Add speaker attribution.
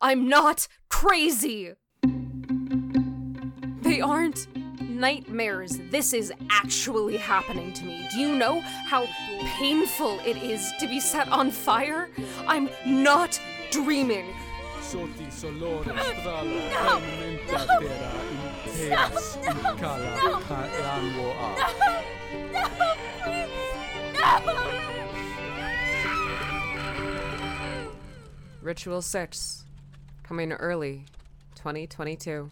Speaker 1: I'm not crazy! They aren't nightmares. This is actually happening to me. Do you know how painful it is to be set on fire? I'm not dreaming.
Speaker 2: Sotis olores strala elementa terra imperas incala harango a.
Speaker 3: Ritual 6. Coming early, 2022.